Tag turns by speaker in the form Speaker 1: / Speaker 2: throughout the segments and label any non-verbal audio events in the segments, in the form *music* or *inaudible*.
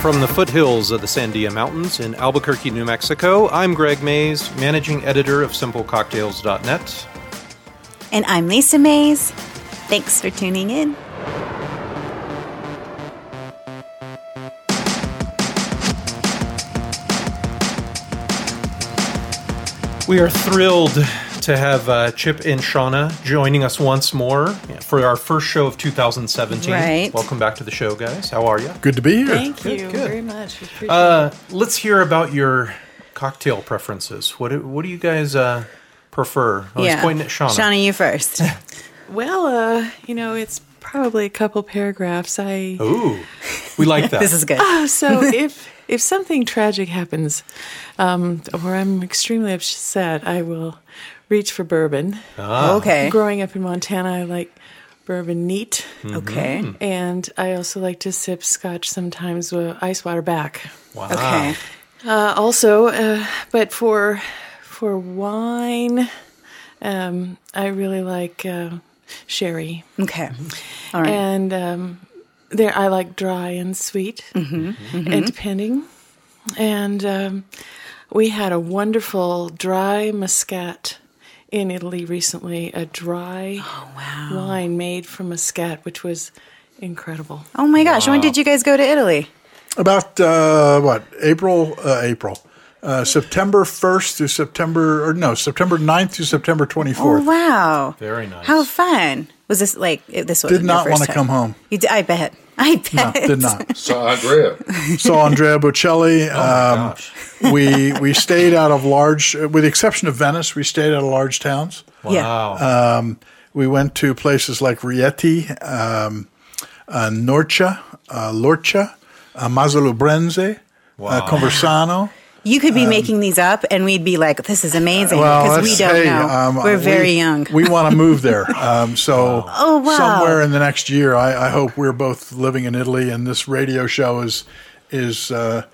Speaker 1: From the foothills of the Sandia Mountains in Albuquerque, New Mexico, I'm Greg Mays, managing editor of SimpleCocktails.net.
Speaker 2: And I'm Lisa Mays. Thanks for tuning in.
Speaker 1: We are thrilled to have uh, Chip and Shauna joining us once more for our first show of 2017.
Speaker 2: Right.
Speaker 1: Welcome back to the show, guys. How are you?
Speaker 3: Good to be here.
Speaker 4: Thank
Speaker 1: Good,
Speaker 4: you
Speaker 1: good.
Speaker 4: very much. We appreciate
Speaker 1: Uh, let's hear about your cocktail preferences. What do, what do you guys uh, prefer? I was Oh, pointing at Shauna.
Speaker 2: Shauna,
Speaker 1: *laughs*
Speaker 2: you first.
Speaker 4: it. Well, uh, you know, it's probably a couple paragraphs. I
Speaker 1: Ooh, we
Speaker 2: *laughs*
Speaker 1: like that.
Speaker 2: this is good.
Speaker 4: Uh, so if if something tragic happens, um, or I'm extremely upset, I will reach for bourbon.
Speaker 1: Ah.
Speaker 2: okay.
Speaker 1: Mm-hmm.
Speaker 4: Growing up in Montana, I like bourbon neat,
Speaker 2: Hmm. Okay.
Speaker 4: and I also like to sip Scotch sometimes with ice water back.
Speaker 1: wow.
Speaker 2: Okay.
Speaker 4: Uh, also, uh, but for for wine, um, I really like uh, sherry.
Speaker 2: Okay. All right.
Speaker 4: and um, there I like dry and sweet, and depending. And um, we had a wonderful dry muscat in Italy recently, a dry wine made from muscat, which was incredible.
Speaker 2: oh my gosh. When did you guys go to Italy?
Speaker 3: About uh, what? April? Uh, April. Uh, September 1st through September, or no, September 9th through September 24th.
Speaker 2: Oh wow.
Speaker 1: Very nice.
Speaker 2: How fun. Was this like it- this was
Speaker 3: Did not want to come home.
Speaker 2: You did, I bet. *laughs* I
Speaker 3: No,
Speaker 2: bet.
Speaker 3: did not.
Speaker 5: So Andrea,
Speaker 3: Saw Andrea Bocelli. um,
Speaker 1: Gosh.
Speaker 3: we we stayed out of large, with the exception of Venice, we stayed out of large towns.
Speaker 2: Um, Yeah.
Speaker 1: Wow.
Speaker 3: We went to places like Rieti, um, uh, Norcia, uh, Lorcia, uh, Mazzalubrense,
Speaker 1: Wow.
Speaker 3: uh, Conversano.
Speaker 2: You could be making these up, and we'd be like, "This is amazing," because we
Speaker 3: Um, let's-
Speaker 2: don't
Speaker 3: hey,
Speaker 2: know.
Speaker 3: um,
Speaker 2: We're
Speaker 3: we-
Speaker 2: very young.
Speaker 3: We want to
Speaker 2: *laughs*
Speaker 3: move there. Um, so
Speaker 2: Oh, wow.
Speaker 3: somewhere in the next year, I, I hope we're both living in Italy, and this radio show is is uh,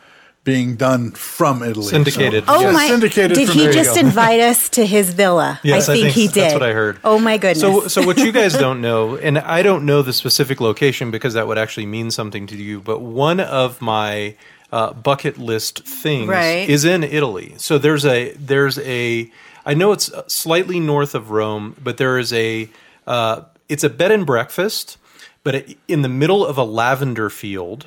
Speaker 3: being done from Italy.
Speaker 1: Syndicated.
Speaker 3: So-
Speaker 2: Oh
Speaker 3: Yeah,
Speaker 2: my!
Speaker 3: Syndicated
Speaker 2: did
Speaker 3: from
Speaker 2: he
Speaker 3: there you
Speaker 2: just
Speaker 3: go.
Speaker 2: invite us to his villa?
Speaker 1: *laughs* Yes,
Speaker 2: I,
Speaker 1: I
Speaker 2: think
Speaker 1: think
Speaker 2: he
Speaker 1: so.
Speaker 2: did.
Speaker 1: That's what I heard.
Speaker 2: Oh my goodness!
Speaker 1: So, so what you guys don't know, and I don't know the specific location because that would actually mean something to you, but one of my uh, bucket list things
Speaker 2: Right.
Speaker 1: is in Italy. So there's a there's a I know it's slightly north of Rome, but there is a uh, it's a bed and breakfast, but it, in the middle of a lavender field,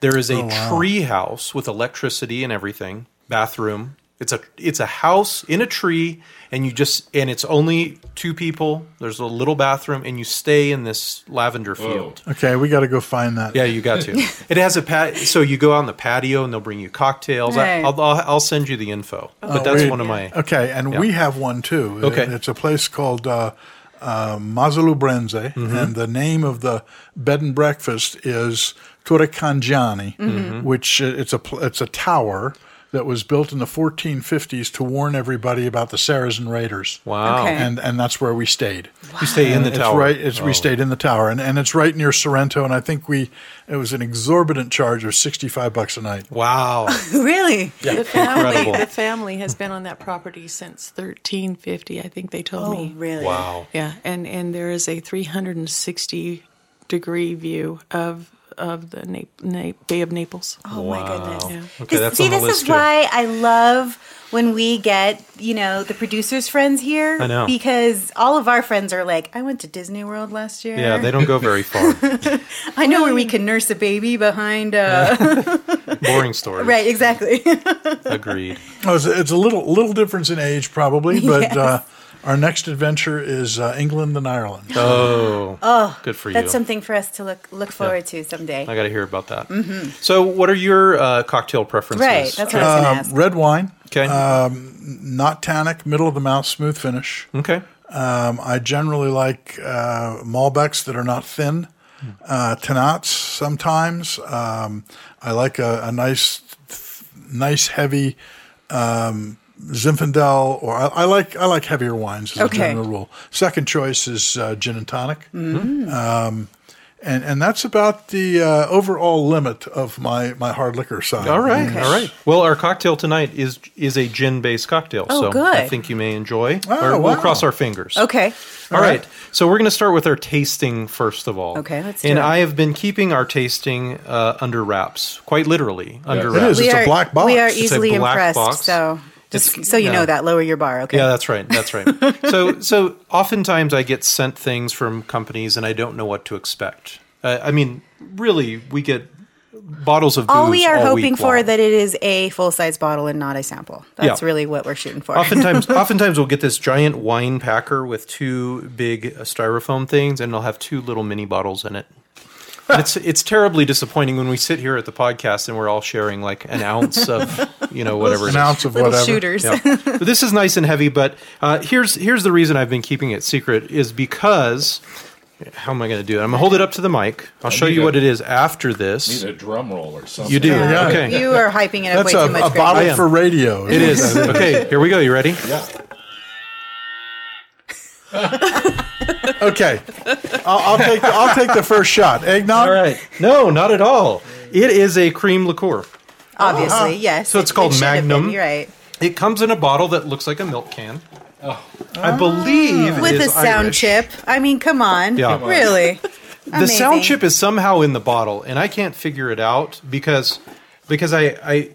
Speaker 1: there is a
Speaker 3: Oh,
Speaker 1: tree house with electricity and everything, bathroom. It's a it's a house in a tree, and you just and it's only two people. There's a little bathroom, and you stay in this lavender field.
Speaker 3: Okay, we got to go find that.
Speaker 1: Yeah, you got to. it has a pat. So you go on the patio, and they'll bring you cocktails. I,
Speaker 2: Right.
Speaker 1: I'll, I'll I'll send you the info, but that's
Speaker 3: we-
Speaker 1: one of my.
Speaker 3: Oh, Okay, and we have one too.
Speaker 1: Okay.
Speaker 3: It- it's a place called uh, uh, Mazzalubrense,
Speaker 1: Mm-hmm.
Speaker 3: and the name of the bed and breakfast is Torrecangiani,
Speaker 1: Mm-hmm.
Speaker 3: which uh, it's a pl- it's a tower that was built in the 1450s to warn everybody about the Saracen raiders.
Speaker 1: Wow,
Speaker 2: Okay.
Speaker 3: And and that's where we stayed.
Speaker 1: you stay in the
Speaker 3: It's
Speaker 1: tower. Oh.
Speaker 3: right. It's, We stayed in the tower, and, and it's right near Sorrento. And I think we it was an exorbitant charge of sixty five bucks a night. *laughs*
Speaker 1: Wow,
Speaker 2: really,
Speaker 4: The family,
Speaker 1: Incredible.
Speaker 4: the family has been on that property since 1350, I think they told
Speaker 2: oh
Speaker 4: me.
Speaker 2: really,
Speaker 1: wow.
Speaker 4: Yeah, and and there is a 360 degree view of of the Na- Na- Bay of Naples.
Speaker 2: oh my goodness.
Speaker 4: Yeah.
Speaker 1: Okay,
Speaker 2: This-
Speaker 1: that's
Speaker 2: see,
Speaker 1: on the
Speaker 2: this
Speaker 1: list
Speaker 2: is
Speaker 1: too.
Speaker 2: why I love when we get you know the producers' friends here.
Speaker 1: I know.
Speaker 2: because all of our friends are like, "I went to Disney World last year.
Speaker 1: Yeah, they Mm. don't go very
Speaker 2: *laughs*
Speaker 1: far.
Speaker 2: I know where we can nurse a baby behind." Uh,
Speaker 1: Boring story.
Speaker 2: *laughs*
Speaker 1: *laughs*
Speaker 2: right, exactly.
Speaker 1: Agreed.
Speaker 3: Oh, it's, it's a little little difference in age, probably, but uh, our next adventure is uh, England and Ireland.
Speaker 1: Oh, good for you.
Speaker 2: That's something for us to look look forward to someday.
Speaker 1: I got to hear about that. So, what are your uh, cocktail preferences?
Speaker 2: Mm-hmm. Right, that's what I was going to
Speaker 3: Um,
Speaker 2: ask.
Speaker 3: red wine,
Speaker 1: okay.
Speaker 3: Uh, not tannic, middle of the mouth, smooth finish.
Speaker 1: okay.
Speaker 3: Um, I generally like uh, Malbecs that are not thin, uh, Tannats sometimes. Um, I like a, a nice, th- nice heavy um, Zinfandel, or I, I like I like heavier wines as
Speaker 2: Okay. Mm-hmm.
Speaker 3: a general rule. Second choice is uh, gin and tonic. and and that's about the uh, overall limit of my my hard liquor side.
Speaker 1: All right,
Speaker 2: Okay.
Speaker 1: all right. Well, our cocktail tonight is is a gin based cocktail,
Speaker 2: Oh,
Speaker 1: so
Speaker 2: good.
Speaker 1: I think you may enjoy.
Speaker 3: Oh,
Speaker 1: Or we'll
Speaker 3: wow.
Speaker 1: cross our fingers.
Speaker 2: Okay.
Speaker 1: All right. So we're going to start with our tasting first of all.
Speaker 2: Okay, let's do
Speaker 1: And
Speaker 2: it.
Speaker 1: I have been keeping our tasting uh, under wraps, quite literally under
Speaker 3: It
Speaker 1: wraps.
Speaker 3: is. It's a
Speaker 2: are,
Speaker 3: black box.
Speaker 2: We are
Speaker 3: It's a
Speaker 2: easily
Speaker 1: black
Speaker 2: impressed.
Speaker 1: box.
Speaker 2: So just so you
Speaker 1: yeah.
Speaker 2: know that. Lower your bar. Okay.
Speaker 1: Yeah, that's right. That's
Speaker 2: *laughs*
Speaker 1: right. so, so oftentimes I get sent things from companies and I don't know what to expect. Uh, I mean, really, we get bottles of booze
Speaker 2: all we are hoping
Speaker 1: week
Speaker 2: for
Speaker 1: long.
Speaker 2: that it is a full size bottle and not a sample. That's
Speaker 1: Yeah.
Speaker 2: really what we're shooting for.
Speaker 1: oftentimes oftentimes we'll get this giant wine packer with two big uh, styrofoam things and they'll have two little mini bottles in it And it's it's terribly disappointing when we sit here at the podcast and we're all sharing like an ounce of
Speaker 2: *laughs*
Speaker 1: you know whatever it
Speaker 3: An
Speaker 1: is.
Speaker 3: ounce
Speaker 2: *laughs*
Speaker 3: of
Speaker 2: Little
Speaker 3: whatever.
Speaker 2: shooters. *laughs*
Speaker 1: Yeah. *laughs* but this is nice and heavy. But uh, here's here's the reason I've been keeping it secret is because how am I going to do it? I'm gonna hold it up to the mic. I'll show
Speaker 5: need
Speaker 1: you
Speaker 5: a-
Speaker 1: what it is after this.
Speaker 5: Need a drum roll or something.
Speaker 1: You do
Speaker 3: Yeah.
Speaker 1: okay.
Speaker 2: You are hyping it up
Speaker 3: That's
Speaker 2: way
Speaker 3: a,
Speaker 2: too much.
Speaker 3: a
Speaker 2: Greg.
Speaker 1: I
Speaker 3: bottle
Speaker 1: am.
Speaker 3: for radio.
Speaker 1: It
Speaker 5: *laughs*
Speaker 1: is okay. Here we go. You ready?
Speaker 5: Yeah.
Speaker 3: okay. *laughs* I'll, I'll take the, I'll take the first shot. Eggnog.
Speaker 1: All right. No, not at all. It is a cream liqueur.
Speaker 2: Obviously, yes.
Speaker 1: Uh-huh. So it's called
Speaker 2: should have been,
Speaker 1: Magnum.
Speaker 2: you're right.
Speaker 1: It comes in a bottle that looks like a milk can. I believe it
Speaker 2: Oh. With
Speaker 1: is
Speaker 2: a sound
Speaker 1: Irish.
Speaker 2: chip. I mean, come on.
Speaker 1: Yeah. Come on. *laughs*
Speaker 2: Really.
Speaker 1: The sound chip is somehow in the bottle, and I can't figure it out because because I I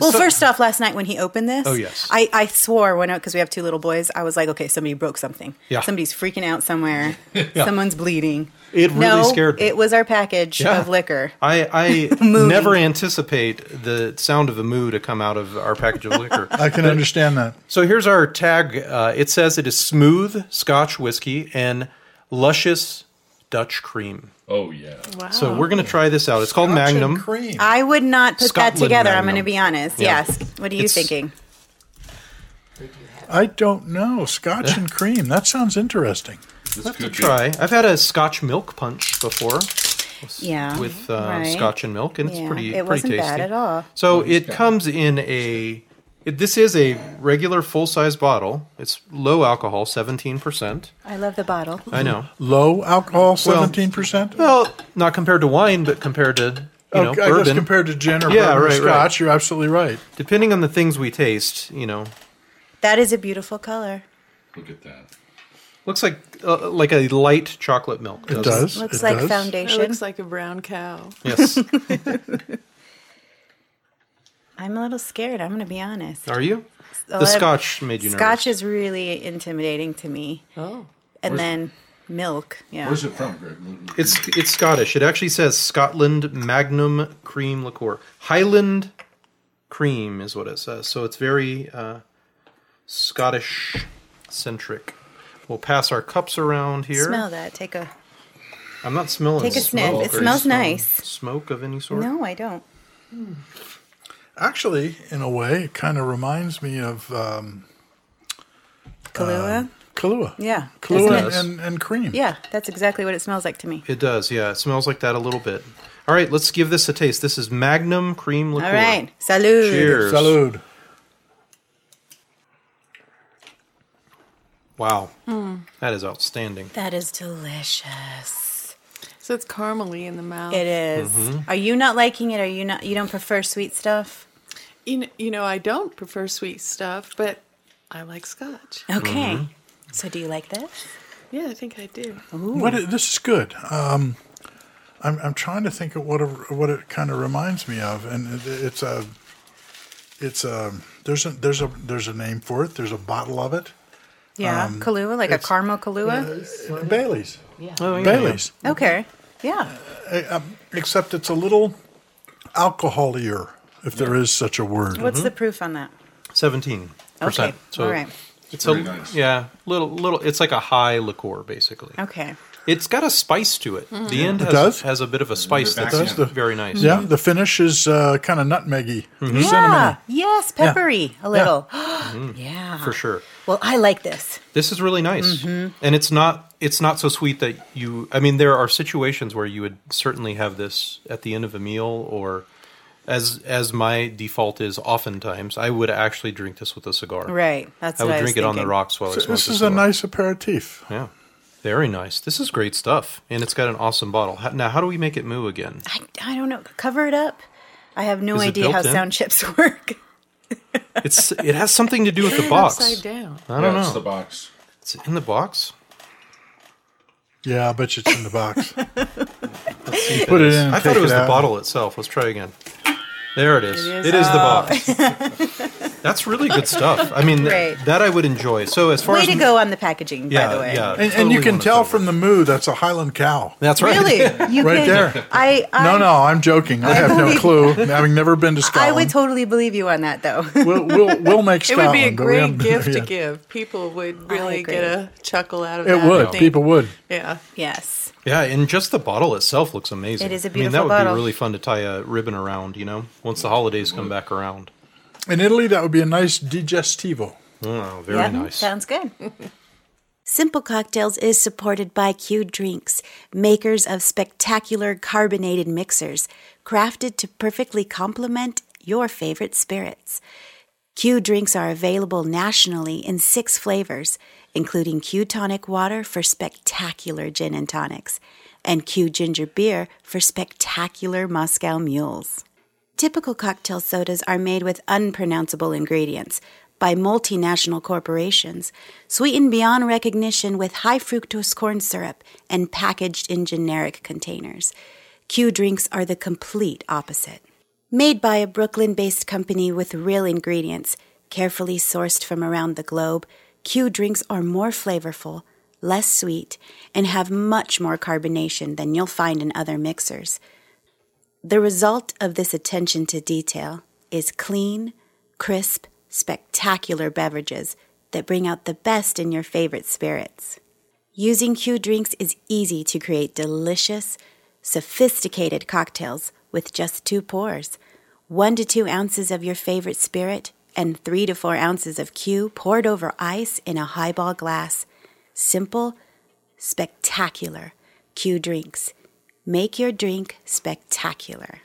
Speaker 2: Well,
Speaker 1: so-
Speaker 2: first off, last night when he opened this,
Speaker 1: Oh, yes.
Speaker 2: I, I swore when because we have two little boys, I was like, okay, somebody broke something.
Speaker 1: Yeah.
Speaker 2: Somebody's freaking
Speaker 1: *laughs*
Speaker 2: out somewhere. Someone's bleeding.
Speaker 1: It really
Speaker 2: no,
Speaker 1: scared me.
Speaker 2: It was our package
Speaker 1: Yeah.
Speaker 2: of liquor. *laughs*
Speaker 1: I, I never anticipate the sound of a moo to come out of our package
Speaker 2: *laughs*
Speaker 1: of liquor.
Speaker 3: I can understand that.
Speaker 1: So here's our tag. Uh, it says it is smooth Scotch whiskey and luscious Dutch cream.
Speaker 5: Oh yeah.
Speaker 4: Wow.
Speaker 1: So we're
Speaker 2: Oh.
Speaker 1: gonna try this out. It's called
Speaker 3: Scotch and
Speaker 1: Magnum.
Speaker 3: cream.
Speaker 2: I would not put
Speaker 1: Scotland
Speaker 2: that together. I'm
Speaker 1: Magnum.
Speaker 2: going to be honest.
Speaker 1: Yeah.
Speaker 2: Yes. What are you
Speaker 1: It's-
Speaker 2: thinking?
Speaker 3: I don't know. Scotch and cream. That sounds interesting.
Speaker 5: This
Speaker 1: Let's
Speaker 5: could be-
Speaker 1: try. I've had a Scotch milk punch before
Speaker 2: Yeah.
Speaker 1: with uh,
Speaker 2: right.
Speaker 1: Scotch and milk, and it's
Speaker 2: Yeah,
Speaker 1: pretty
Speaker 2: it
Speaker 1: pretty
Speaker 2: wasn't
Speaker 1: tasty.
Speaker 2: bad at all.
Speaker 1: So it comes in a. It, this is a regular full size bottle. It's low alcohol, seventeen percent.
Speaker 2: I love the bottle.
Speaker 1: I know.
Speaker 3: Low alcohol, seventeen percent.
Speaker 1: Well, not compared to wine, but compared to you know
Speaker 3: Oh, I guess
Speaker 1: bourbon.
Speaker 3: compared to gin or
Speaker 1: Yeah,
Speaker 3: bourbon or
Speaker 1: right, right.
Speaker 3: Scotch, you're absolutely right.
Speaker 1: Depending on the things we taste, you know,
Speaker 2: That is a beautiful color.
Speaker 5: Look at that.
Speaker 1: looks like uh, like a light chocolate milk.
Speaker 3: It
Speaker 1: doesn't
Speaker 3: does.
Speaker 2: Looks
Speaker 3: it
Speaker 2: like
Speaker 3: does.
Speaker 4: It
Speaker 2: foundation.
Speaker 4: looks like a brown cow.
Speaker 1: Yes.
Speaker 2: I'm a little scared. I'm going to be honest.
Speaker 1: Are you?
Speaker 2: A
Speaker 1: the
Speaker 2: lot of-
Speaker 1: Scotch made you
Speaker 2: Scotch
Speaker 1: nervous.
Speaker 2: is really intimidating to me.
Speaker 4: Oh.
Speaker 2: And
Speaker 5: Where's-
Speaker 2: then milk. Yeah.
Speaker 5: Where's it from, Greg?
Speaker 1: It's it's Scottish. It actually says Scotland Magnum Cream Liqueur. Highland Cream is what it says. So it's very uh, Scottish centric. We'll pass our cups around here.
Speaker 2: Smell that. Take a.
Speaker 1: I'm not smelling.
Speaker 2: Take a sniff.
Speaker 1: smoke
Speaker 2: It
Speaker 1: or
Speaker 2: smells
Speaker 1: smell-
Speaker 2: nice.
Speaker 1: Smoke of any sort.
Speaker 2: No, I don't.
Speaker 3: Actually, in a way, it kind of reminds me of um,
Speaker 2: Kahlua.
Speaker 3: Kahlua.
Speaker 2: yeah.
Speaker 3: Kahlua
Speaker 2: isn't it?
Speaker 3: and, and, and cream.
Speaker 2: Yeah, that's exactly what it smells like to me.
Speaker 1: It does, yeah. It smells like that a little bit. All right, let's give this a taste. This is Magnum Cream Liqueur.
Speaker 2: All right. Salud.
Speaker 1: Cheers.
Speaker 3: Salud.
Speaker 1: Wow.
Speaker 2: Hmm.
Speaker 1: That is outstanding.
Speaker 2: That is delicious.
Speaker 4: So it's caramely in the mouth.
Speaker 2: It is.
Speaker 1: Mm-hmm.
Speaker 2: Are you not liking it? Are you not? You don't prefer sweet stuff?
Speaker 4: You know, you know, I don't prefer sweet stuff, but I like scotch.
Speaker 1: Mm-hmm.
Speaker 2: Okay. So do you like this?
Speaker 4: Yeah, I think I do.
Speaker 3: What it, this is good. Um, I'm, I'm trying to think of what a, what it kind of reminds me of, and it, it's a it's a there's a there's a there's a name for it. There's a bottle of it.
Speaker 2: Yeah,
Speaker 1: Um,
Speaker 2: Kahlua, like a caramel Kahlua.
Speaker 3: Bailey's.
Speaker 1: Oh, yeah.
Speaker 3: Bailey's. Eh, um,
Speaker 2: Okay. Yeah.
Speaker 3: Except it's a little alcoholier, if there is such a word.
Speaker 2: What's the proof on that?
Speaker 1: Seventeen Mm-hmm. percent.
Speaker 2: Okay. All right.
Speaker 1: It's a
Speaker 5: Very nice.
Speaker 1: yeah, little little. It's like a high liqueur, basically.
Speaker 2: Okay. Hmm.
Speaker 1: It's got a spice to it. The end has,
Speaker 3: does?
Speaker 1: has a bit of a spice
Speaker 5: back
Speaker 1: that's
Speaker 5: end. Does
Speaker 3: the-
Speaker 1: very nice.
Speaker 3: Yeah, the finish is uh, kind of nutmeggy.
Speaker 2: Mm-hmm. Yeah. Yes, peppery a little. *gasps* Yeah.
Speaker 1: Mm-hmm. for sure.
Speaker 2: Well, I like this.
Speaker 1: This is really nice,
Speaker 2: Mm-hmm.
Speaker 1: and it's not it's not so sweet that you. I mean, there are situations where you would certainly have this at the end of a meal, or as as my default is, oftentimes I would actually drink this with a cigar.
Speaker 2: Right. That's
Speaker 1: I would
Speaker 2: what I was
Speaker 1: drink it on the
Speaker 2: thinking.
Speaker 1: rocks while I smoked
Speaker 3: This
Speaker 1: a
Speaker 3: is a
Speaker 1: cigar.
Speaker 3: nice aperitif.
Speaker 1: yeah. Very nice. This is great stuff, and it's got an awesome bottle. How- Now, how do we make it moo again?
Speaker 6: I, I don't know. Cover it up. I have no
Speaker 1: Is it
Speaker 6: idea how
Speaker 1: built in?
Speaker 6: sound
Speaker 2: *laughs*
Speaker 6: chips work.
Speaker 1: It's it has something to do with the
Speaker 2: *laughs*
Speaker 4: Upside
Speaker 1: box.
Speaker 4: down.
Speaker 1: I don't
Speaker 5: That's the
Speaker 1: know.
Speaker 5: box.
Speaker 1: It's in the box.
Speaker 3: Yeah, I bet you it's in the box. Put it in. and
Speaker 1: I thought
Speaker 3: take
Speaker 1: it was the
Speaker 3: out.
Speaker 1: bottle itself. Let's try again. There it is. It is, the box. *laughs* That's really good stuff. I mean, th-
Speaker 6: Oh. Great.
Speaker 1: that I would enjoy. So as far
Speaker 6: Way
Speaker 1: as
Speaker 6: to go on the packaging, by
Speaker 1: Yeah,
Speaker 6: the way.
Speaker 1: yeah.
Speaker 3: And, and you
Speaker 1: Totally
Speaker 3: can
Speaker 1: wanna
Speaker 3: tell
Speaker 1: cover.
Speaker 3: from the moo that's a Highland cow.
Speaker 1: That's right.
Speaker 6: *laughs* Really? You
Speaker 3: Right
Speaker 6: can,
Speaker 3: there.
Speaker 6: I, I
Speaker 3: No, no, I'm joking. I have no
Speaker 6: believe-
Speaker 4: *laughs*
Speaker 3: clue, having never been to
Speaker 6: I
Speaker 3: Scotland.
Speaker 6: would totally believe you on that though. *laughs*
Speaker 3: we'll, we'll, we'll make
Speaker 4: *laughs* It
Speaker 3: Scotland.
Speaker 4: would be
Speaker 3: but
Speaker 4: a
Speaker 3: we
Speaker 4: great
Speaker 3: haven't been there
Speaker 4: gift to
Speaker 3: yet.
Speaker 4: give. People would really
Speaker 6: agree.
Speaker 4: get a chuckle out of
Speaker 3: It
Speaker 4: that. I
Speaker 3: would.
Speaker 4: think.
Speaker 3: People would.
Speaker 4: Yeah.
Speaker 6: yes.
Speaker 1: Yeah, and just the bottle itself looks amazing.
Speaker 6: It is a
Speaker 1: I
Speaker 6: beautiful
Speaker 1: mean, that would
Speaker 6: bottle.
Speaker 1: be really fun to tie a ribbon around. You know, once the holidays come back around.
Speaker 3: In Italy, that would be a nice digestivo.
Speaker 1: Oh, very
Speaker 6: yeah,
Speaker 1: nice.
Speaker 6: Sounds good.
Speaker 2: *laughs* Simple Cocktails is supported by Q Drinks, makers of spectacular carbonated mixers crafted to perfectly complement your favorite spirits. Q Drinks are available nationally in six flavors, including Q Tonic Water for spectacular gin and tonics, and Q Ginger Beer for spectacular Moscow Mules. Typical cocktail sodas are made with unpronounceable ingredients by multinational corporations, sweetened beyond recognition with high fructose corn syrup, and packaged in generic containers. Q drinks are the complete opposite. Made by a Brooklyn based company with real ingredients, carefully sourced from around the globe, Q drinks are more flavorful, less sweet, and have much more carbonation than you'll find in other mixers. The result of this attention to detail is clean, crisp, spectacular beverages that bring out the best in your favorite spirits. Using Q drinks is easy to create delicious, sophisticated cocktails with just two pours. One to two ounces of your favorite spirit and three to four ounces of Q poured over ice in a highball glass. Simple, spectacular Q drinks. Make your drink spectacular.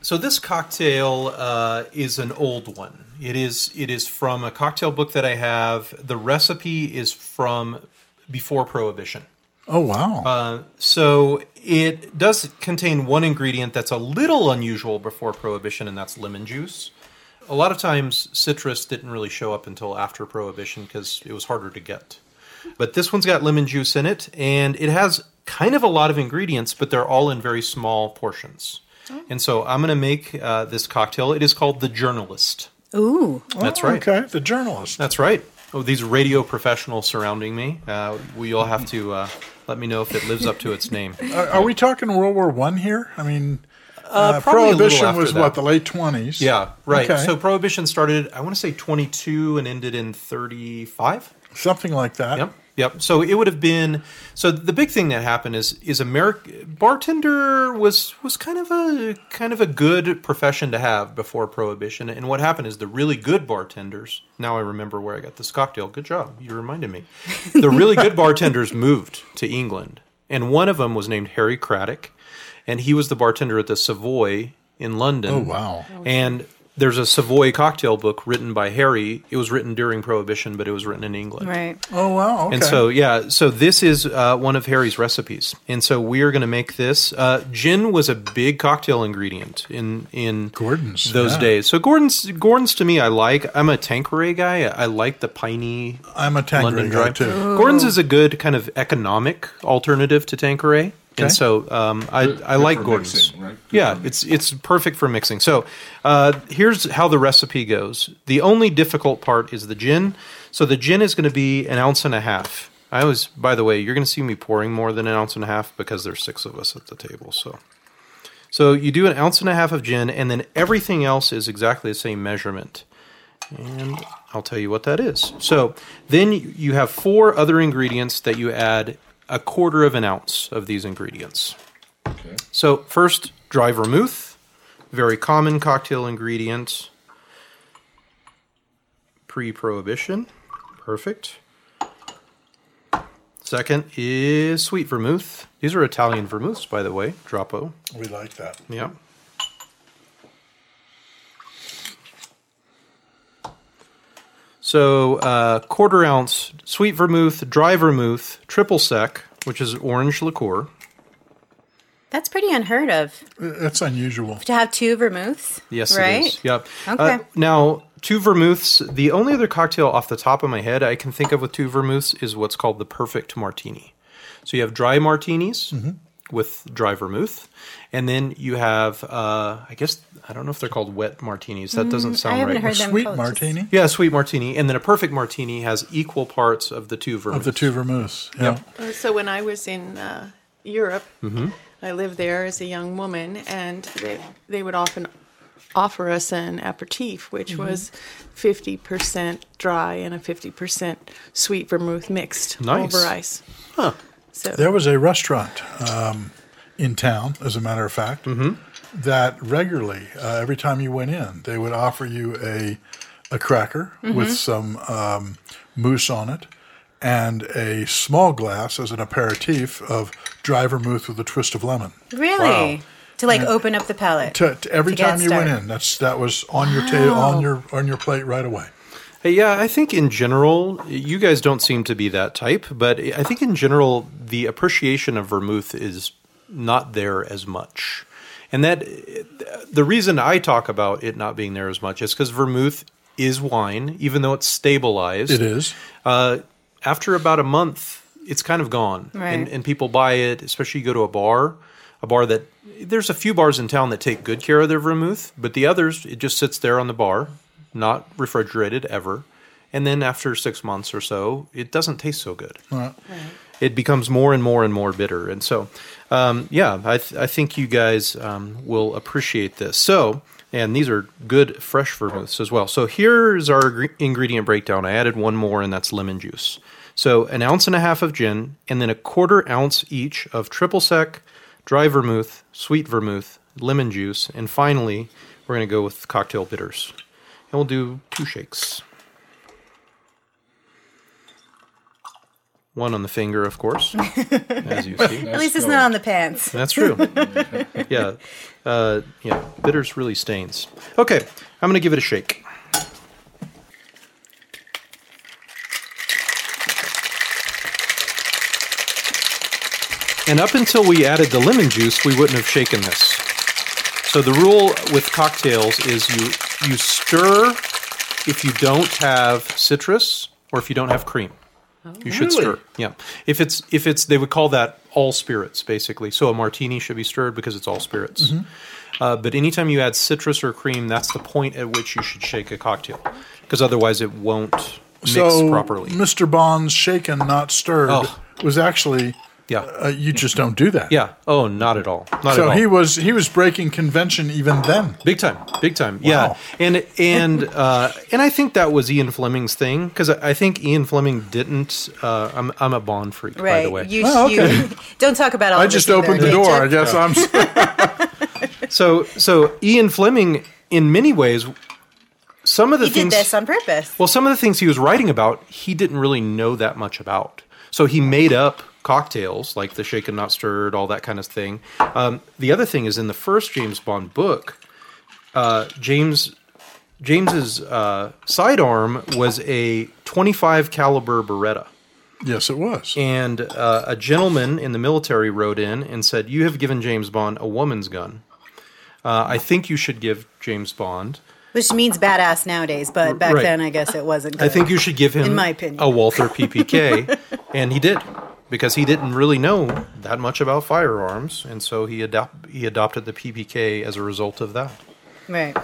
Speaker 1: So this cocktail uh, is an old one. It is it is from a cocktail book that I have. The recipe is from before Prohibition.
Speaker 3: Oh, wow.
Speaker 1: Uh, So it does contain one ingredient that's a little unusual before Prohibition, and that's lemon juice. A lot of times, citrus didn't really show up until after Prohibition because it was harder to get. But this one's got lemon juice in it, and it has kind of a lot of ingredients, but they're all in very small portions. And so I'm going to make uh, this cocktail. It is called The Journalist.
Speaker 6: Ooh.
Speaker 1: That's right.
Speaker 3: Oh, Okay, the journalist.
Speaker 1: That's right. Oh, these radio professionals surrounding me. Uh, we all have to uh, let me know if it lives up to its name.
Speaker 3: Are, are we talking World War One here? I mean, uh,
Speaker 1: probably a little
Speaker 3: Prohibition
Speaker 1: after
Speaker 3: was
Speaker 1: that.
Speaker 3: what the late twenties.
Speaker 1: Yeah, right.
Speaker 3: Okay.
Speaker 1: So prohibition started, I want to say 22 and ended in 35.
Speaker 3: something like that.
Speaker 1: Yep. Yep. So it would have been so the big thing that happened is is America bartender was was kind of a kind of a good profession to have before prohibition and what happened is the really good bartenders now I remember where I got this cocktail good job you reminded me the really
Speaker 3: *laughs*
Speaker 1: good bartenders moved to England and one of them was named Harry Craddock and he was the bartender at the Savoy in London
Speaker 3: Oh, wow.
Speaker 1: and there's a Savoy cocktail book written by Harry. It was written during Prohibition, but it was written in England.
Speaker 6: Right.
Speaker 3: Oh wow. Okay.
Speaker 1: And so, yeah, so this is uh, one of Harry's recipes, and so we are going to make this. Uh, gin was a big cocktail ingredient in in
Speaker 3: Gordon's,
Speaker 1: those
Speaker 3: yeah.
Speaker 1: days. So Gordon's Gordon's to me, I like. I'm a Tanqueray guy. I like the piney
Speaker 3: I'm a Tanqueray
Speaker 1: London
Speaker 3: guy
Speaker 1: Dry.
Speaker 3: too.
Speaker 1: Gordon's is a good kind of economic alternative to Tanqueray.
Speaker 3: Okay.
Speaker 1: And so um, I, I
Speaker 5: good
Speaker 1: like
Speaker 5: for
Speaker 1: Gordon's.
Speaker 5: mixing, right? Good
Speaker 1: Yeah,
Speaker 5: for
Speaker 1: it's it's perfect for mixing. So uh, here's how the recipe goes. The only difficult part is the gin. So the gin is going to be an ounce and a half. I always, by the way, you're going to see me pouring more than an ounce and a half because there's six of us at the table. So, so you do an ounce and a half of gin, and then everything else is exactly the same measurement. And I'll tell you what that is. So then you have four other ingredients that you add a quarter of an ounce of these ingredients.
Speaker 5: Okay.
Speaker 1: So first, dry vermouth, very common cocktail ingredient, pre-prohibition, perfect. Second is sweet vermouth. These are Italian vermouths, by the way. Droppo.
Speaker 3: We like that.
Speaker 1: Yeah. So, uh, quarter ounce sweet vermouth, dry vermouth, triple sec, which is orange liqueur.
Speaker 2: That's pretty unheard of
Speaker 3: That's unusual.
Speaker 2: to have two vermouths.
Speaker 1: Yes,
Speaker 2: right.
Speaker 1: it is. Yep. Uh,
Speaker 2: Okay.
Speaker 1: now, two vermouths. The only other cocktail off the top of my head I can think of with two vermouths is what's called the perfect martini. So you have dry martinis
Speaker 3: Mm-hmm.
Speaker 1: with dry vermouth, and then you have, uh, I guess, I don't know if they're called wet martinis. That doesn't sound
Speaker 2: Mm, I haven't
Speaker 1: right.
Speaker 2: heard them.
Speaker 3: Sweet
Speaker 2: called.
Speaker 3: martini
Speaker 1: yeah, sweet martini, and then a perfect martini has equal parts of the two vermouths.
Speaker 3: of the two vermouths. Yeah.
Speaker 4: Uh, So when I was in uh, Europe,
Speaker 1: Mm-hmm.
Speaker 4: I lived there as a young woman, and they they would often offer us an aperitif, which
Speaker 1: Mm-hmm.
Speaker 4: was fifty percent dry and a fifty percent sweet vermouth mixed
Speaker 1: Nice.
Speaker 4: over ice. So
Speaker 3: There was a restaurant um, in town, as a matter of fact,
Speaker 1: Mm-hmm.
Speaker 3: that regularly, uh, every time you went in, they would offer you a a cracker
Speaker 1: Mm-hmm.
Speaker 3: with some um, mousse on it and a small glass as an aperitif of dry vermouth with a twist of lemon.
Speaker 2: Really? To like open up the palate.
Speaker 3: To, to every
Speaker 2: To get
Speaker 3: time you went
Speaker 2: started.
Speaker 3: in, that's that was on your table, on your on your plate right away.
Speaker 1: Hey, Yeah, I think in general, you guys don't seem to be that type, but I think in general, the appreciation of vermouth is not there as much. And that the reason I talk about it not being there as much is because vermouth is wine, even though it's stabilized.
Speaker 3: It is.
Speaker 1: Uh, after about a month, it's kind of gone. And,
Speaker 2: Right.
Speaker 1: and people buy it, especially you go to a bar, a bar that there's a few bars in town that take good care of their vermouth, but the others, it just sits there on the bar, not refrigerated ever. And then after six months or so, it doesn't taste so good. It becomes more and more and more bitter. And so, um, yeah, I, th- I think you guys um, will appreciate this. So, and these are good fresh vermouths as well. So here's our gre- ingredient breakdown. I added one more, and that's lemon juice. So an ounce and a half of gin, and then a quarter ounce each of triple sec, dry vermouth, sweet vermouth, lemon juice, and finally we're going to go with cocktail bitters, and we'll do two shakes. One on the finger, of course, *laughs* as you see.
Speaker 2: At least it's not on the pants.
Speaker 1: That's true. yeah. Uh, yeah. Bitters really stains. Okay. I'm going to give it a shake. And up until we added the lemon juice, we wouldn't have shaken this. So the rule with cocktails is you you stir if you don't have citrus or if you don't have cream. You should stir. Yeah. If it's if it's they would call that all spirits basically. So a martini should be stirred because it's all spirits.
Speaker 3: Mm-hmm.
Speaker 1: Uh, but anytime you add citrus or cream, that's the point at which you should shake a cocktail because otherwise it won't mix
Speaker 3: so
Speaker 1: properly.
Speaker 3: Mr. Bond's shaken, not stirred,
Speaker 1: Oh.
Speaker 3: was actually.
Speaker 1: Yeah.
Speaker 3: Uh, you just don't do that.
Speaker 1: yeah. Oh, not at all. Not at
Speaker 3: So
Speaker 1: all.
Speaker 3: he was he was breaking convention even then.
Speaker 1: Big time, big time, yeah, and and uh, and I think that was Ian Fleming's thing because I, I think Ian Fleming didn't. Uh, I'm I'm a Bond freak, by
Speaker 2: Right.
Speaker 1: the way.
Speaker 2: You,
Speaker 3: Oh,
Speaker 2: you *laughs* don't talk about all
Speaker 3: I
Speaker 2: of this
Speaker 3: just opened
Speaker 2: either.
Speaker 3: the door.
Speaker 2: Yeah,
Speaker 3: I guess I'm.
Speaker 1: so so Ian Fleming, in many ways, some of the
Speaker 2: He did
Speaker 1: things
Speaker 2: this on purpose.
Speaker 1: Well, some of the things he was writing about, he didn't really know that much about. So he made up cocktails like the shaken not stirred, all that kind of thing. Um, the other thing is in the first James Bond book, uh, James James's uh, sidearm was a 25 caliber Beretta.
Speaker 3: *laughs* yes, it was.
Speaker 1: And uh, a gentleman in the military wrote in and said, You have given James Bond a woman's gun. Uh, I think you should give James Bond
Speaker 2: Which means badass nowadays, but back
Speaker 1: Right.
Speaker 2: then I guess it wasn't. Good.
Speaker 1: I think you should give him,
Speaker 2: In my opinion.
Speaker 1: a Walther
Speaker 2: *laughs*
Speaker 1: PPK, and he did because he didn't really know that much about firearms, and so he adop- he adopted the PPK as a result of that.
Speaker 2: right.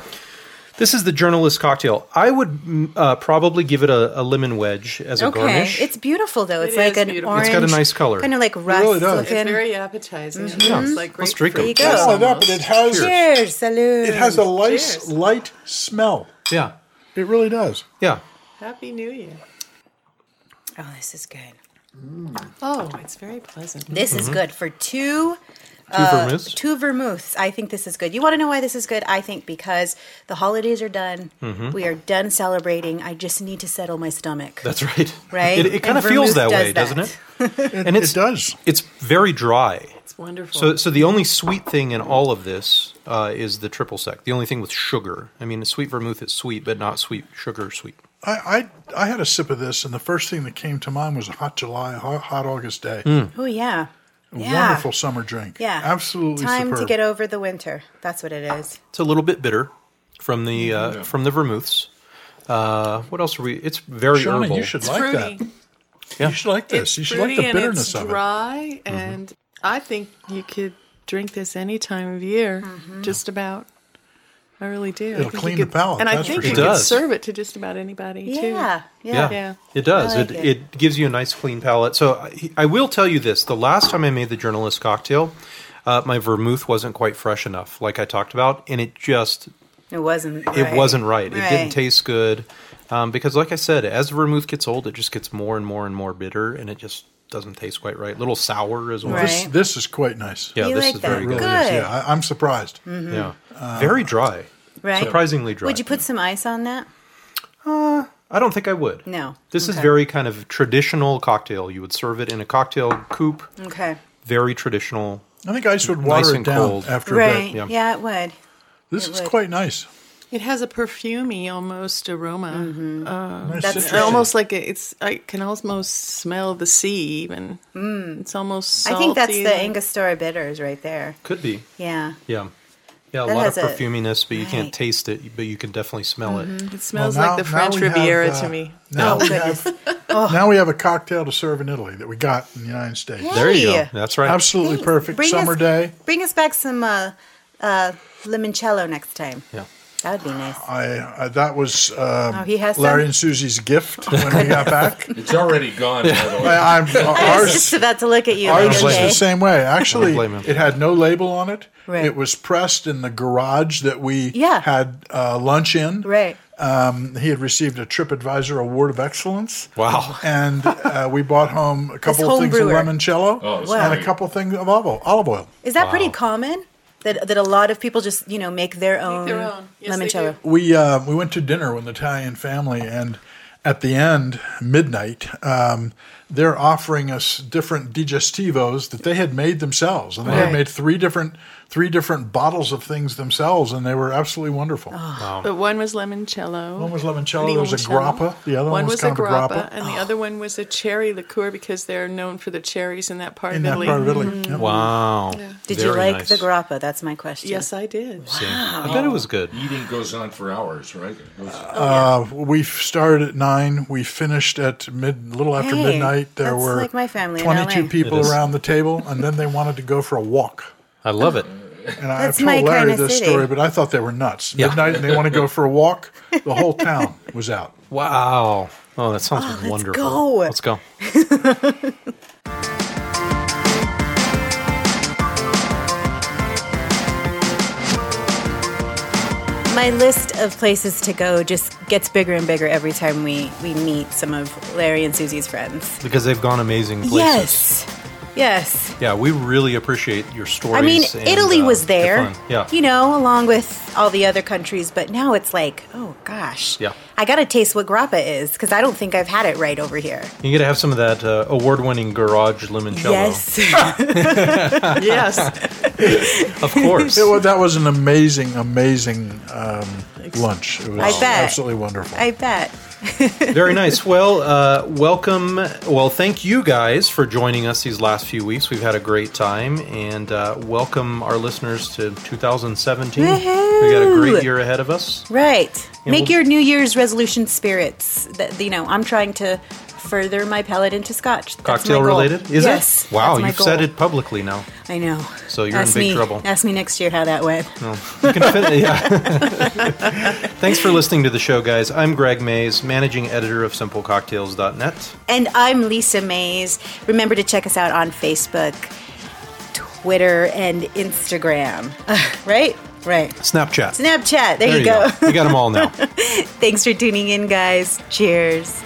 Speaker 1: This is the journalist cocktail. I would mm, uh, probably give it a, a lemon wedge as a
Speaker 2: Okay,
Speaker 1: garnish.
Speaker 2: it's beautiful though. It's
Speaker 4: It
Speaker 2: like
Speaker 4: is
Speaker 2: an
Speaker 4: beautiful.
Speaker 2: orange.
Speaker 1: It's got a nice color.
Speaker 2: kind of like rust
Speaker 3: really does.
Speaker 2: looking.
Speaker 4: it's very appetizing. It's like
Speaker 1: Let's drink 'em.
Speaker 4: grapefruit
Speaker 2: There you
Speaker 3: Not
Speaker 2: go.
Speaker 3: only that, but
Speaker 4: almost.
Speaker 3: it has
Speaker 2: Cheers, salute.
Speaker 3: it has a light
Speaker 4: Cheers.
Speaker 3: light smell.
Speaker 1: yeah,
Speaker 3: It really does.
Speaker 1: yeah.
Speaker 4: Happy New Year.
Speaker 2: oh, this is good.
Speaker 4: Oh, it's very pleasant.
Speaker 2: This
Speaker 1: Mm-hmm.
Speaker 2: is good for two uh,
Speaker 1: Two vermouths.
Speaker 2: two vermouths. I think this is good. You want to know why this is good? I think because the holidays are done.
Speaker 1: Mm-hmm.
Speaker 2: We are done celebrating. I just need to settle my stomach.
Speaker 1: That's right.
Speaker 2: Right?
Speaker 1: It, it kind
Speaker 2: And
Speaker 1: of feels
Speaker 2: vermouth
Speaker 1: that
Speaker 2: does
Speaker 1: way,
Speaker 2: that.
Speaker 1: doesn't it? and
Speaker 3: It does.
Speaker 1: It's very dry.
Speaker 4: It's wonderful.
Speaker 1: So, so the only sweet thing in all of this uh, is the triple sec. The only thing with sugar. I mean, sweet vermouth is sweet, but not sweet sugar sweet.
Speaker 3: I, I I had a sip of this, and the first thing that came to mind was a hot July, hot, hot August day.
Speaker 1: Hmm.
Speaker 2: Oh yeah. Yeah.
Speaker 3: Wonderful summer drink.
Speaker 2: Yeah.
Speaker 3: absolutely.
Speaker 2: Time to
Speaker 3: superb.
Speaker 2: get over the winter. That's what it is.
Speaker 1: It's a little bit bitter from the uh, from the vermouths. Uh, what else are we? It's very
Speaker 3: Shauna,
Speaker 1: herbal.
Speaker 3: you should
Speaker 4: It's
Speaker 3: like
Speaker 4: fruity.
Speaker 3: that. You should like this.
Speaker 4: It's
Speaker 3: you should like
Speaker 4: fruity
Speaker 3: the
Speaker 4: and it's
Speaker 3: bitterness of it. Mm-hmm.
Speaker 4: dry, and I think you could drink this any time of year,
Speaker 2: Mm-hmm.
Speaker 4: just about. I really do. I
Speaker 3: It'll
Speaker 4: think you
Speaker 3: clean the
Speaker 4: could-
Speaker 3: palate,
Speaker 4: and I
Speaker 3: that's for
Speaker 4: think
Speaker 3: sure.
Speaker 4: you
Speaker 1: It
Speaker 4: could
Speaker 1: does.
Speaker 4: serve it to just about anybody too.
Speaker 2: Yeah. Yeah.
Speaker 1: Yeah,
Speaker 4: Yeah.
Speaker 1: it does.
Speaker 2: I like
Speaker 1: it,
Speaker 2: it.
Speaker 1: it gives you a nice clean palate. So I, I will tell you this: the last time I made the journalist cocktail, uh, my vermouth wasn't quite fresh enough, like I talked about, and it just
Speaker 2: It wasn't. Right.
Speaker 1: it wasn't right. It
Speaker 2: Right.
Speaker 1: didn't taste good um, because, like I said, as vermouth gets old, it just gets more and more and more bitter, and it just doesn't taste quite right. A little sour as well.
Speaker 2: Right.
Speaker 3: This, this is quite nice.
Speaker 1: Yeah,
Speaker 2: You
Speaker 1: this
Speaker 2: like
Speaker 1: is
Speaker 2: that.
Speaker 1: very
Speaker 3: It really
Speaker 1: good.
Speaker 3: is.
Speaker 2: Good.
Speaker 3: Yeah, I, I'm surprised.
Speaker 4: Mm.
Speaker 1: Yeah, very dry.
Speaker 2: Right.
Speaker 1: Surprisingly dry.
Speaker 2: Would you put some ice on that?
Speaker 1: I don't think I would.
Speaker 2: No.
Speaker 1: This is
Speaker 2: Okay.
Speaker 1: very kind of traditional cocktail. You would serve it in a cocktail coupe.
Speaker 2: Okay.
Speaker 1: Very traditional.
Speaker 3: I think ice would
Speaker 1: Nice
Speaker 3: water it
Speaker 1: and
Speaker 3: down
Speaker 1: cold.
Speaker 3: after a
Speaker 2: Right.
Speaker 3: bit.
Speaker 1: Yeah.
Speaker 2: Yeah. it would.
Speaker 3: This
Speaker 2: It
Speaker 3: is
Speaker 2: would.
Speaker 3: quite nice.
Speaker 4: It has a perfumey almost aroma,
Speaker 2: Mm-hmm.
Speaker 3: Nice
Speaker 2: That's
Speaker 3: citrusy.
Speaker 2: Interesting.
Speaker 4: almost like a, it's. I can almost smell the sea. Even it's almost. Salty.
Speaker 2: Mm. I think that's the
Speaker 4: and-
Speaker 2: Angostura bitters right there.
Speaker 1: Could be.
Speaker 2: Yeah.
Speaker 1: Yeah. Yeah, a
Speaker 2: That
Speaker 1: lot of
Speaker 2: has a-
Speaker 1: perfuminess, but you can't
Speaker 2: Right. Mm-hmm.
Speaker 1: taste it, but you can definitely smell it.
Speaker 4: It smells
Speaker 3: Well, now-
Speaker 4: like the
Speaker 3: now
Speaker 4: French
Speaker 3: we have,
Speaker 4: Riviera
Speaker 3: uh,
Speaker 4: to me.
Speaker 3: Now,
Speaker 2: Oh,
Speaker 3: we have, *laughs* now we have a cocktail to serve in Italy that we got in the United States.
Speaker 1: There you go.
Speaker 2: Hey!
Speaker 1: That's right.
Speaker 3: Absolutely
Speaker 2: Thanks.
Speaker 3: perfect
Speaker 2: Bring
Speaker 3: summer
Speaker 2: us,
Speaker 3: day.
Speaker 2: Bring us back some uh, uh, limoncello next time.
Speaker 1: Yeah.
Speaker 2: That would be nice.
Speaker 3: I, I that was um,
Speaker 2: Oh, he has
Speaker 3: Larry
Speaker 2: some?
Speaker 3: and Susie's gift when we
Speaker 2: *laughs*
Speaker 3: got back.
Speaker 5: It's already gone, by
Speaker 1: *laughs*
Speaker 5: the way.
Speaker 3: I, I'm,
Speaker 2: I was *laughs*
Speaker 3: ours
Speaker 2: just about to look at you.
Speaker 3: Ours
Speaker 2: like,
Speaker 3: was
Speaker 2: okay.
Speaker 3: the same way. Actually,
Speaker 1: blame him.
Speaker 3: it had no label on it.
Speaker 2: Right.
Speaker 3: It was pressed in the garage that we
Speaker 2: Yeah.
Speaker 3: had uh, lunch in.
Speaker 2: Right.
Speaker 3: Um, he had received a TripAdvisor Award of Excellence.
Speaker 1: Wow.
Speaker 2: *laughs*
Speaker 3: And uh, we bought home a couple of
Speaker 2: home
Speaker 3: things
Speaker 2: brewer.
Speaker 3: of limoncello
Speaker 5: Oh, it's
Speaker 3: and a
Speaker 5: great.
Speaker 3: couple of things of olive oil. Olive oil.
Speaker 2: Is that pretty common? That, that a lot of people just you know make their own,
Speaker 4: their own. Yes, they
Speaker 2: limoncello.
Speaker 4: do.
Speaker 3: we uh, we went to dinner with an Italian family, and at the end, midnight, um, they're offering us different digestivos that they had made themselves, and they had
Speaker 4: Right.
Speaker 3: made three different three different bottles of things themselves, and they were absolutely wonderful.
Speaker 4: But one was limoncello.
Speaker 3: One was limoncello, there was a grappa, the other one was
Speaker 4: a
Speaker 3: kind of a
Speaker 4: grappa,
Speaker 3: grappa.
Speaker 4: and the other one was a cherry liqueur because they're known for the cherries in that part
Speaker 3: In
Speaker 4: of
Speaker 3: that
Speaker 4: Italy.
Speaker 3: part of Italy, Mm-hmm. yeah.
Speaker 1: Wow.
Speaker 2: Did you
Speaker 1: Very
Speaker 2: like
Speaker 1: nice.
Speaker 2: the grappa? That's my question.
Speaker 4: Yes, I did.
Speaker 1: Yeah. I bet it was good.
Speaker 5: Eating goes on for hours, right? It goes-
Speaker 3: Uh, we started at nine. We finished at mid, little after
Speaker 2: Hey,
Speaker 3: midnight. There
Speaker 2: that's
Speaker 3: were
Speaker 2: like my family in
Speaker 3: twenty-two
Speaker 2: LA.
Speaker 1: It
Speaker 3: people
Speaker 1: is.
Speaker 3: around the table, and then they wanted to go for a walk.
Speaker 1: I love it.
Speaker 3: And I-
Speaker 2: That's
Speaker 3: I've
Speaker 2: my
Speaker 3: told Larry
Speaker 2: kinda
Speaker 3: this
Speaker 2: city.
Speaker 3: story, but I thought they were nuts.
Speaker 1: Yeah.
Speaker 3: Midnight and they want to go for a walk. The whole town was out.
Speaker 1: Wow. Oh, that sounds wonderful.
Speaker 2: Ah, go.
Speaker 1: Let's go.
Speaker 2: My list of places to go just gets bigger and bigger every time we, we meet some of Larry and Susie's friends.
Speaker 1: Because they've gone amazing places.
Speaker 2: Yes. Yes.
Speaker 1: Yeah, we really appreciate your stories.
Speaker 2: I mean,
Speaker 1: and,
Speaker 2: Italy
Speaker 1: uh,
Speaker 2: was
Speaker 1: the
Speaker 2: there,
Speaker 1: fun. Yeah.
Speaker 2: you know, along with all the other countries, but now it's like, oh gosh,
Speaker 1: Yeah.
Speaker 2: I got to taste what grappa is because I don't think I've had it right over here.
Speaker 1: You get to have some of that uh, award-winning garage limoncello.
Speaker 2: Yes. *laughs*
Speaker 4: yes,
Speaker 1: of
Speaker 2: *laughs*
Speaker 1: course.
Speaker 3: It, wa- that was an amazing, amazing um, lunch. It was
Speaker 2: I bet.
Speaker 3: absolutely wonderful.
Speaker 2: I bet.
Speaker 1: Very nice. Well, uh, welcome. Well, thank you guys for joining us these last few weeks. We've had a great time, and uh, welcome our listeners to 2017. We got a great
Speaker 2: Woohoo!
Speaker 1: year ahead of us.
Speaker 2: Right.
Speaker 1: Yeah,
Speaker 2: Make
Speaker 1: we'll-
Speaker 2: your New Year's resolution spirits. That you know, I'm trying to further my palate into scotch. That's my
Speaker 1: Cocktail
Speaker 2: goal.
Speaker 1: related, is
Speaker 2: yes,
Speaker 1: it? Wow,
Speaker 2: that's my
Speaker 1: you've said
Speaker 2: goal.
Speaker 1: it publicly now.
Speaker 2: I know.
Speaker 1: So you're in
Speaker 2: Ask
Speaker 1: big
Speaker 2: me-
Speaker 1: trouble.
Speaker 2: Ask me next year how that went.
Speaker 1: You can fit-
Speaker 2: *laughs*
Speaker 1: yeah. Thanks for listening to the show, guys. I'm Greg Mays, managing editor of SimpleCocktails.net.
Speaker 2: And I'm Lisa Mays. Remember to check us out on Facebook, Twitter, and Instagram. *laughs* right? Right.
Speaker 1: Snapchat.
Speaker 2: Snapchat. There, *laughs*
Speaker 1: there
Speaker 2: you go.
Speaker 1: you go. we got them all now.
Speaker 2: Thanks for tuning in, guys. Cheers.